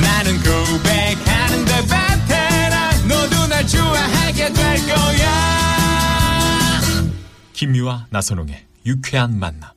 나는 고백하는데 그 베테랑 너도 날 좋아하게 될 거야 김유와 나선홍의 유쾌한 만남.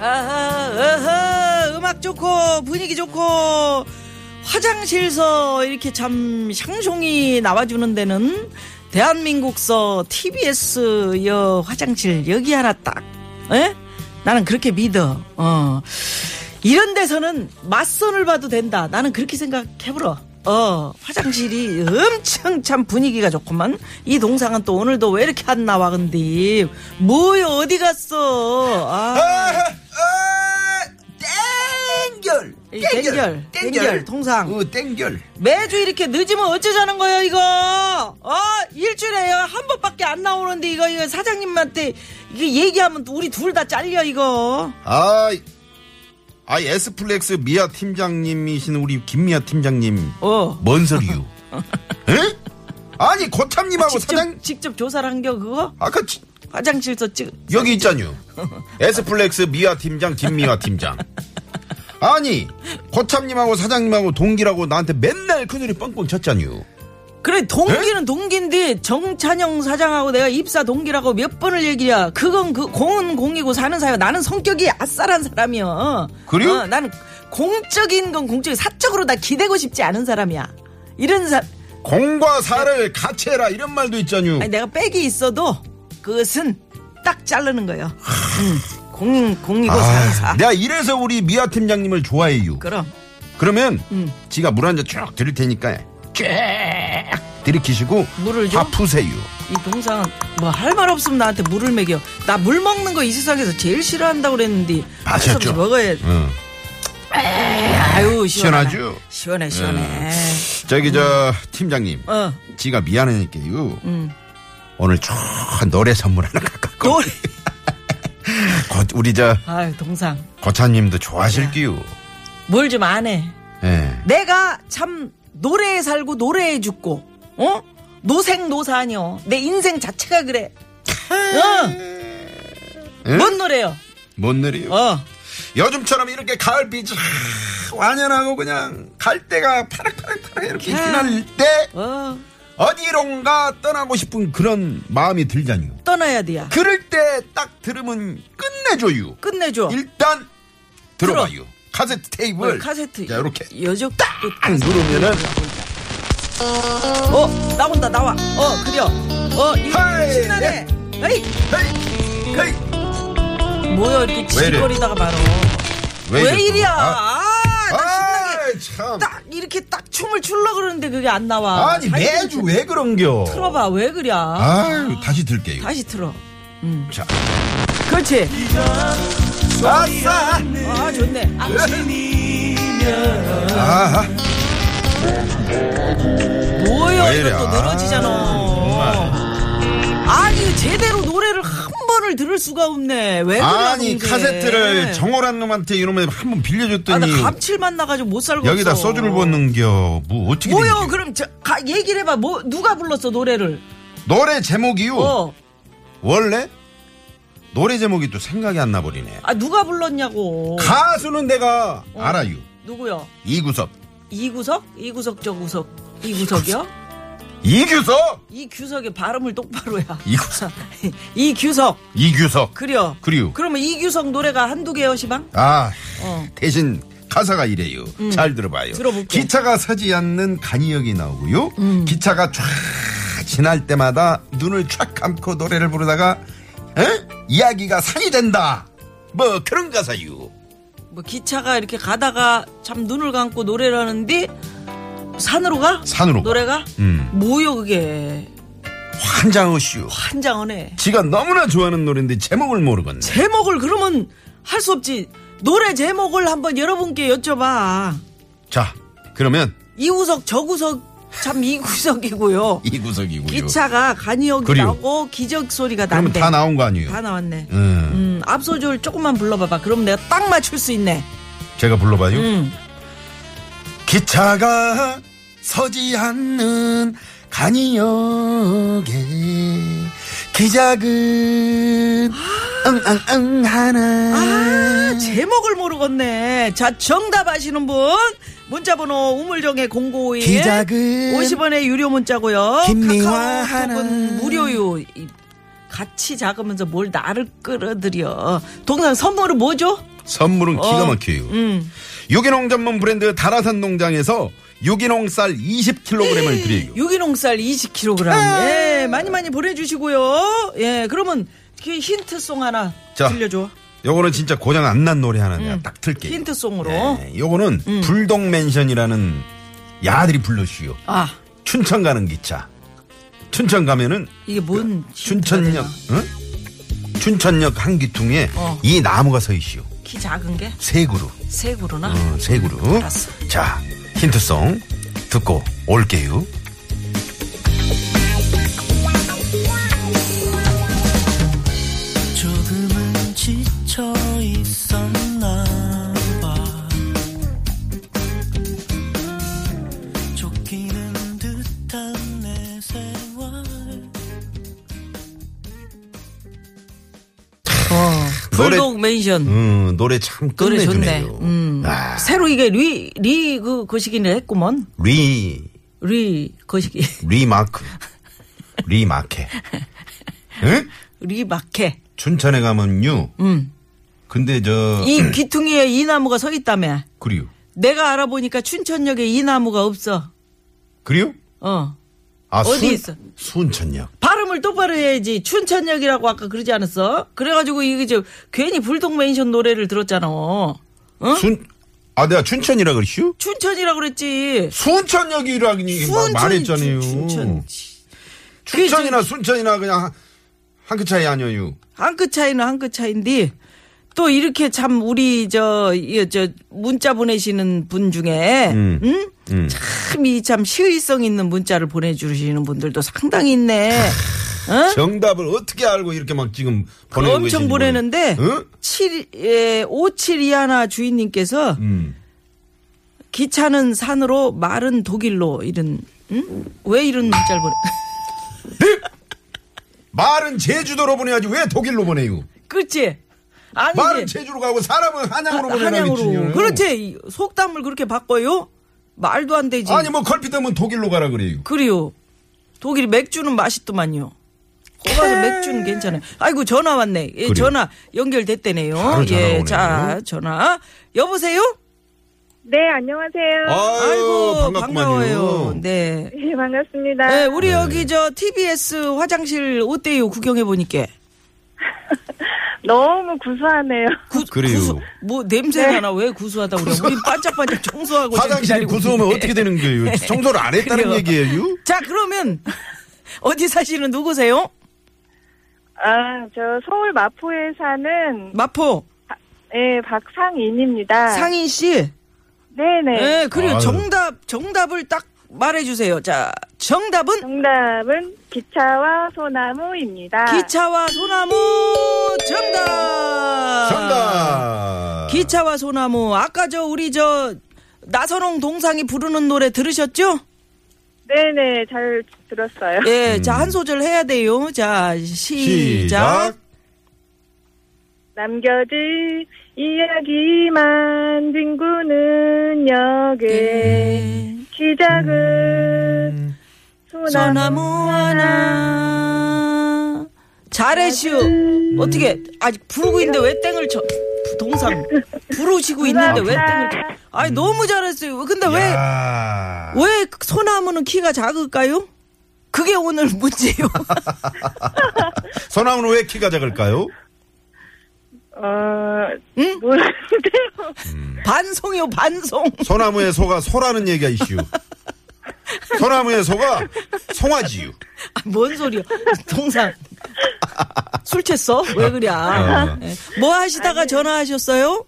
아하, 아하, 음악 좋고 분위기 좋고 화장실서 이렇게 참 향송이 나와주는 데는 대한민국서 TBS 여 화장실 여기 하나 딱. 에? 나는 그렇게 믿어. 어. 이런 데서는 맞선을 봐도 된다. 나는 그렇게 생각해보러. 어, 화장실이 엄청 참 분위기가 좋구만. 이 동상은 또 오늘도 왜 이렇게 안 나와, 근데. 뭐요, 어디 갔어? 아. 땡결. 이 땡결, 땡결, 통상. 어, 땡결. 매주 이렇게 늦으면 어쩌자는 거예요, 이거? 어, 일주일에 한 번밖에 안 나오는데, 이거, 이거 사장님한테 이게 얘기하면 우리 둘 다 잘려, 이거. 아, 아, 에스플렉스 미아 팀장님이신 우리 김미아 팀장님. 어. 뭔 소리요? 에? 아니, 고참님하고 직접, 사장, 직접 조사를 한겨, 그거? 아까 지- 화장실에서 찍, 여기 있잖요. 에스플렉스 미아 팀장, 김미아 팀장. 아니, 고참님하고 사장님하고 동기라고 나한테 맨날 그늘이 뻥뻥 쳤잖요. 그래 동기는 네? 동기인데 정찬영 사장하고 내가 입사 동기라고 몇 번을 얘기야. 그건 그 공은 공이고 사는 사야. 나는 성격이 아싸란 사람이야. 그래요? 어, 나는 공적인 건 공적이 사적으로 나 기대고 싶지 않은 사람이야. 이런 사 공과 사를 같이 해라, 이런 말도 있잖요. 네. 아니 내가 빽이 있어도 그것은 딱 자르는 거예요. 응. 공 공이고 사는 사. 아, 내가 이래서 우리 미아 팀장님을 좋아해요. 그럼 음. 그러면 지가 물 한 잔 쭉 드릴 테니까 쭉 들이키시고 물을 좀? 다 푸세요. 이 동상은 뭐 할 말 없으면 나한테 물을 먹여. 나 물 먹는 거 이 세상에서 제일 싫어한다고 그랬는데 마셨죠? 어쩔 수 없이 먹어야 돼. 응. 아유 시원하다. 시원하죠? 시원해 시원해. 저기 저 팀장님, 어 음. 지가 미안하니까요. 오늘 쭉 노래 선물 하나 갖고 노래. 고- 우리 저 아유 동상 고차님도 좋아하실게요. 뭘 좀 안 해. 예. 내가 참 노래에 살고 노래에 죽고 어 노생 노사녀 내 인생 자체가 그래. 음. 어. 응? 뭔 노래요? 뭔 노래요? 어. 요즘처럼 이렇게 가을비 쫙 완연하고 그냥 갈 때가 파락파락파락 이렇게 지날 때 어. 어디론가 떠나고 싶은 그런 마음이 들잖요. 떠나야 돼야. 그 그럴 때 딱 들으면 끝내줘요. 끝내줘. 일단 들어봐요. 카세트 어, 테이블. 카세트 자, 이렇게. 여적 딱 누르면은 어 나온다 나와 어 그려 어 이거 하이, 신나네 에이 헤이, 헤이. 뭐야 이렇게 왜 이래? 지직거리다가 말어 왜, 이래? 이리야 아, 아나 신나게 아이, 참. 딱 이렇게 딱 춤을 출라 그러는데 그게 안 나와 아니 자기들이 매주 왜 그런겨? 틀어봐 왜 그래 아유 다시 들게요. 다시 틀어 자, 그렇지 아싸. 아 좋네 아, 아, 뭐야 왜 이래? 이거 또 늘어지잖아 아니 제대로 노래를 한 번을 들을 수가 없네 왜 그래 아니 카세트를 정호란 놈한테 이놈의 한번 빌려줬더니 아나 감칠맛 나가지고 못 살고 여기다 있어. 소주를 붓는겨. 뭐 어떻게 뭐요? 된 그럼 저, 가, 얘기를 해봐. 뭐 누가 불렀어 노래를? 일이야? 노래 제목이요. 어, 원래 노래 제목이 또 생각이 안 나버리네. 아 누가 불렀냐고. 가수는 내가 어. 알아요. 누구요? 이구섭. 이구석? 이구석 저 구석. 이구석이요? 이규섭. 이규석의 발음을 똑바로 해야. 이구섭. 이규석 이규섭. 그려. 그리요. 그러면 이규석 노래가 한두 개요 시방? 아 어. 음. 대신 가사가 이래요. 잘 들어봐요. 들어볼게. 기차가 서지 않는 간이역이 나오고요. 음. 기차가 쫙 지날 때마다 눈을 쫙 감고 노래를 부르다가 에? 이야기가 산이 된다. 뭐 그런 가사요. 뭐 기차가 이렇게 가다가 참 눈을 감고 노래를 하는데 산으로 가? 산으로 가. 노래가? 음. 뭐요 그게 환장어쇼. 한장원에 지가 너무나 좋아하는 노래인데 제목을 모르겠네. 제목을 그러면 할 수 없지 노래 제목을 한번 여러분께 여쭤봐 자, 그러면 이 구석 저 구석 참 이 구석이고요 이 구석이고요. 기차가 간이역이 그리고. 나오고 기적 소리가 그러면 난대 다 나온 거 아니에요? 다 나왔네 음, 음, 앞소절 조금만 불러봐봐 그럼 내가 딱 맞출 수 있네 제가 불러봐요. 음. 기차가 서지 않는 간이역에 기작은 응응응 하나 아, 제목을 모르겠네. 자, 정답 아시는 분 문자번호 우물정의 052 기작은 50원의 유료 문자고요. 김미화 카카오톡은 하나. 무료요. 이, 같이 작으면서 뭘 나를 끌어들여. 동상 선물은 뭐죠? 선물은 기가 막혀요. 어. 음. 유기농 전문 브랜드 다라산 농장에서 유기농 쌀 20kg을 드려요. 유기농 쌀 아. 20kg. 예, 많이 많이 보내주시고요. 예, 그러면 그 힌트송 하나 자. 들려줘. 요거는 진짜 고장 안 난 노래 하나 내가 딱 음. 틀게요. 힌트송으로. 예. 네, 요거는 음. 불동맨션이라는 야들이 불러주요. 아, 춘천 가는 기차. 춘천 가면은 이게 뭔 힌트가 춘천역, 되나? 응? 춘천역 한 기퉁에 어. 이 나무가 서 있슈. 키 작은 게 세 그루, 세 그루나? 어, 세 그루. 알았어. 자, 힌트송 듣고 올게요. 조금은 지쳐 있었나 봐 쫓기는 듯한 내 세월 뭐. 불독 맨션. 음, 노래 참 노래 좋네. 끝내주네요. 음. 아, 새로 이게 리, 리, 그, 거시기를 했구먼. 리, 리, 거시기. 리마크. 리마케. 응? 리 막해. 춘천에 가면요. 근데 저, 음. 이 귀퉁이에 이 나무가 서 있다며. 그리요. 내가 알아보니까 춘천역에 이 나무가 없어. 그리요? 어. 아, 어디 순- 있어? 순천역. 발음을 똑바로 해야지. 춘천역이라고 아까 그러지 않았어? 그래가지고 이게 저 괜히 불독 맨션 노래를 들었잖아. 어? 순, 아, 내가 춘천이라 그랬슈? 춘천이라고 그랬지. 순천역이라니 막 말했잖아요. 춘- 춘천. 그게 춘천. 이나 순천이나 그냥 한 끗 차이 아니에요. 한 끗 차이는 한 끗 차인데 또 이렇게 참 우리 저, 이, 저 문자 보내시는 분 중에 음. 참 이 참 시의성 있는 문자를 보내주시는 분들도 상당히 있네. 정답을 어떻게 알고 이렇게 막 지금 보내고 엄청 계신지 보내는데 모르- 응? 7, 예, 5721 주인님께서 기차는 산으로 말은 독일로 이런 응? 왜 이런 문자를 보내 말은 제주도로 보내야지 왜 독일로 보내요? 그렇지 아니 아, 말은 제주로 가고 사람은 한양으로 보내라 미친년. 한양으로 그렇지 이 속담을 그렇게 바꿔요 말도 안 되지 아니 뭐 걸핏하면 독일로 가라 그래요. 그래요. 독일이 맥주는 맛있더만요. 거기서 네. 맥주는 괜찮아요. 아이고 전화 왔네. 예, 전화 연결됐대네요. 바로 전화 예, 오네요. 자 전화 여보세요. 네, 안녕하세요. 어? 반가워요. 아이고, 반갑구만요. 네. 네. 네, 반갑습니다. 예, 우리 여기 저 TBS 화장실 어때요? 구경해 보니까. 너무 구수하네요. 구, 그래요. 구수, 뭐 냄새가 나 왜 구수하다 그래? 우리 반짝반짝 청소하고 지금 화장실이 기다리고 구수하면 뭐 있는데. 어떻게 되는 거예요? 청소를 안 했다는 그래요. 얘기예요? 자 그러면 어디 사시는 누구세요? 아, 저 서울 마포에 사는 마포 예, 박상인입니다. 상인 씨. 네, 네. 아. 네, 그리고 아유. 정답 정답을 딱 말해주세요. 자, 정답은 정답은 기차와 소나무입니다. 기차와 소나무 정답. 정답. 기차와 소나무. 아까 저 우리 저 나선홍 동상이 부르는 노래 들으셨죠? 네, 네. 잘 들었어요. 예, 자 한 소절 해야 돼요. 자, 시작. 시작. 남겨질 이야기만 빈구는 역에 시작은 소나무. 소나무 하나. 잘했슈. 어떻게 아직 부르고 있는데 왜 땡을 쳐? 동상 부르시고 있는데 왜 땡을? 쳐? 아니 너무 잘했어요. 근데 왜 야. 왜 소나무는 키가 작을까요? 그게 오늘 문제요. 소나무는 왜 키가 작을까요? 어, 응? 모르는데요. 반송이요, 반송. 소나무의 소가 소라는 얘기가 이슈. 소나무의 소가 송아지유. 아, 뭔 소리야? 동상 술 취했어? 왜 그래? 어. 예. 뭐 하시다가 전화하셨어요?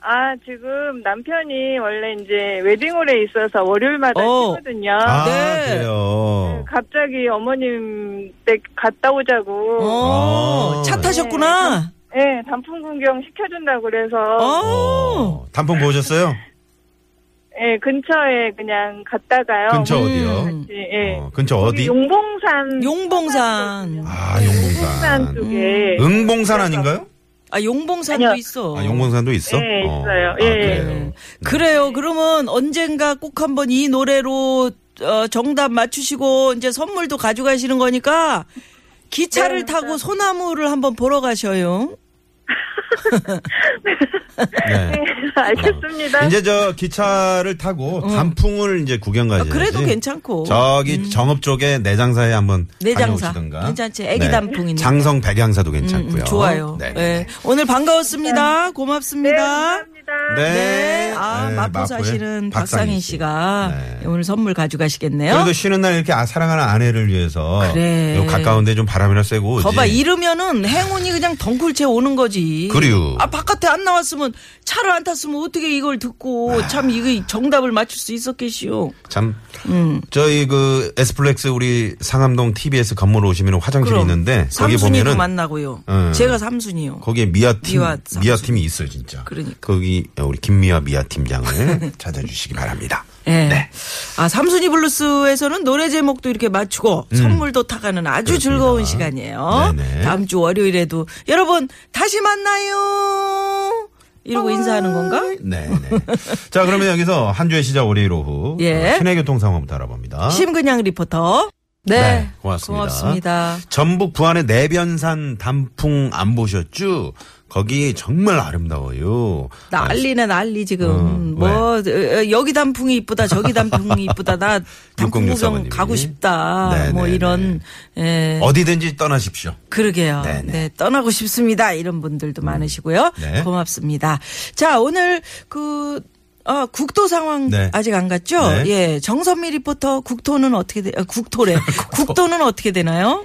아, 지금 남편이 원래 이제 웨딩홀에 있어서 월요일마다 어. 쉬거든요. 그 아 네. 그래요. 갑자기 어머님 댁 갔다 오자고. 어, 아. 차 타셨구나. 네, 단풍 구경 시켜준다고 그래서 어, 어, 단풍 보셨어요? 예, 근처에 그냥 갔다가요. 근처 음. 어디요? 같이, 예. 어, 근처 어디? 용봉산 용봉산. 아 용봉산 용봉산. 음. 쪽에 응봉산 아닌가요? 아, 용봉산도 아니요. 있어. 아 용봉산도 있어? 네, 어. 있어요. 아, 예. 그래요. 그래요. 그러면 언젠가 꼭 한번 이 노래로 어, 정답 맞추시고 이제 선물도 가져가시는 거니까 기차를 네, 타고 소나무를 한번 보러 가셔요. 네. 예, 어. 알겠습니다. 이제 저 기차를 타고 단풍을 이제 구경 어. 아, 가야지. 그래도 괜찮고. 예. 저기 정읍 쪽에 내장사에 한번 음. 내장사. 다녀오시든가. 괜찮지. 애기 단풍이네. 장성 백양사도 음, 괜찮고요. 음, 좋아요. 네. 네. 오늘 반가웠습니다. 고맙습니다. 네, 감사합니다. 네. 아, 네, 마포 마포의 사시는 박상희 박상희 씨. 씨가 네. 오늘 선물 가져가시겠네요. 그래도 쉬는 날 이렇게 아, 사랑하는 아내를 위해서 그래. 요 가까운데 좀 바람이나 쐬고 오지. 거봐, 이러면은 행운이 그냥 덩쿨째 오는 거지. 그리우. 아, 바깥에 안 나왔으면 차를 안 탔으면 어떻게 이걸 듣고 아. 참 이거 정답을 맞출 수 있었겠시오. 참 음. 저희 그 에스플렉스 우리 상암동 TBS 건물 오시면 화장실이 그럼 있는데 거기 삼순이도 보면은 만나고요. 음. 제가 삼순이요. 거기에 미아 팀 미아 미아, 삼수. 팀이 있어요 진짜. 그러니까. 거기 우리 김미아 미아 팀장을 찾아주시기 바랍니다. 예. 네. 아, 삼순이 블루스에서는 노래 제목도 이렇게 맞추고 선물도 타가는 아주 즐거운 시간이에요. 음. 네네. 다음 주 월요일에도 여러분 다시 만나요. 이러고 인사하는 건가? 네. 네. 자 그러면 여기서 한 주의 시작 월요일 오후 예. 어, 시내 교통 상황부터 알아봅니다. 심근양 리포터. 네. 어? 네, 고맙습니다. 고맙습니다. 전북 부안의 내변산 단풍 안 보셨죠? 거기 정말 아름다워요. 난리네 난리 지금 어, 뭐 어, 어, 여기 단풍이 이쁘다 저기 단풍이 이쁘다 나 단풍 구경 육공육사번님이. 가고 싶다 네, 뭐 네, 이런 예 아, 어디든지 떠나십시오. 그러게요 네 네, 네. 떠나고 싶습니다 이런 분들도 많으시고요 네. 고맙습니다 자 오늘 그 아, 국토 상황 네. 아직 안 갔죠? 네. 예. 정선미 리포터 국토는 어떻게 되, 아, 국토래. 국토는 어떻게 되나요?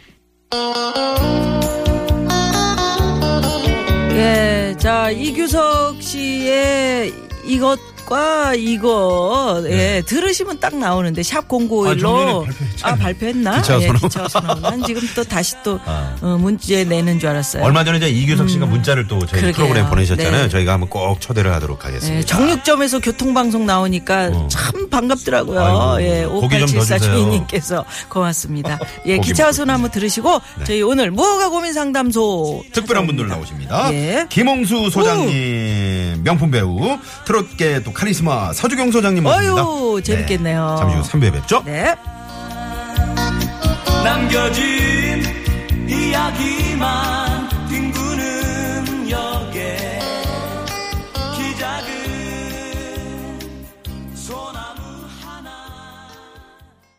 예, 자 이규석 씨의 이것과 이거 네. 예 들으시면 딱 나오는데 샵 공고일로 아, 발표했나? 기차 예, 선언. 기차 선언. 난 지금 또 다시 또 어, 문제 내는 줄 알았어요. 아. 얼마 전에 이제 이규석 씨가 문자를 또 저희 네. 음, 그러게요. 프로그램 보내셨잖아요. 네. 저희가 한번 꼭 초대를 하도록 하겠습니다. 예, 정육점에서 교통방송 나오니까 어. 참 반갑더라고요. 아이고, 예, 고기 좀더 5874 주세요. 주인님께서 고맙습니다. 예, 고기 기차 먹고 소나무 들으시고 저희 오늘 무허가 고민 상담소 특별한 분들 찾아옵니다. 나오십니다. 예. 김홍수 소장님, 명품 배우, 트롯계 또 카리스마 서주경 소장님 어휴, 모십니다. 재밌겠네요. 네, 잠시 후 3부에 뵙죠. 네. 남겨진 이야기만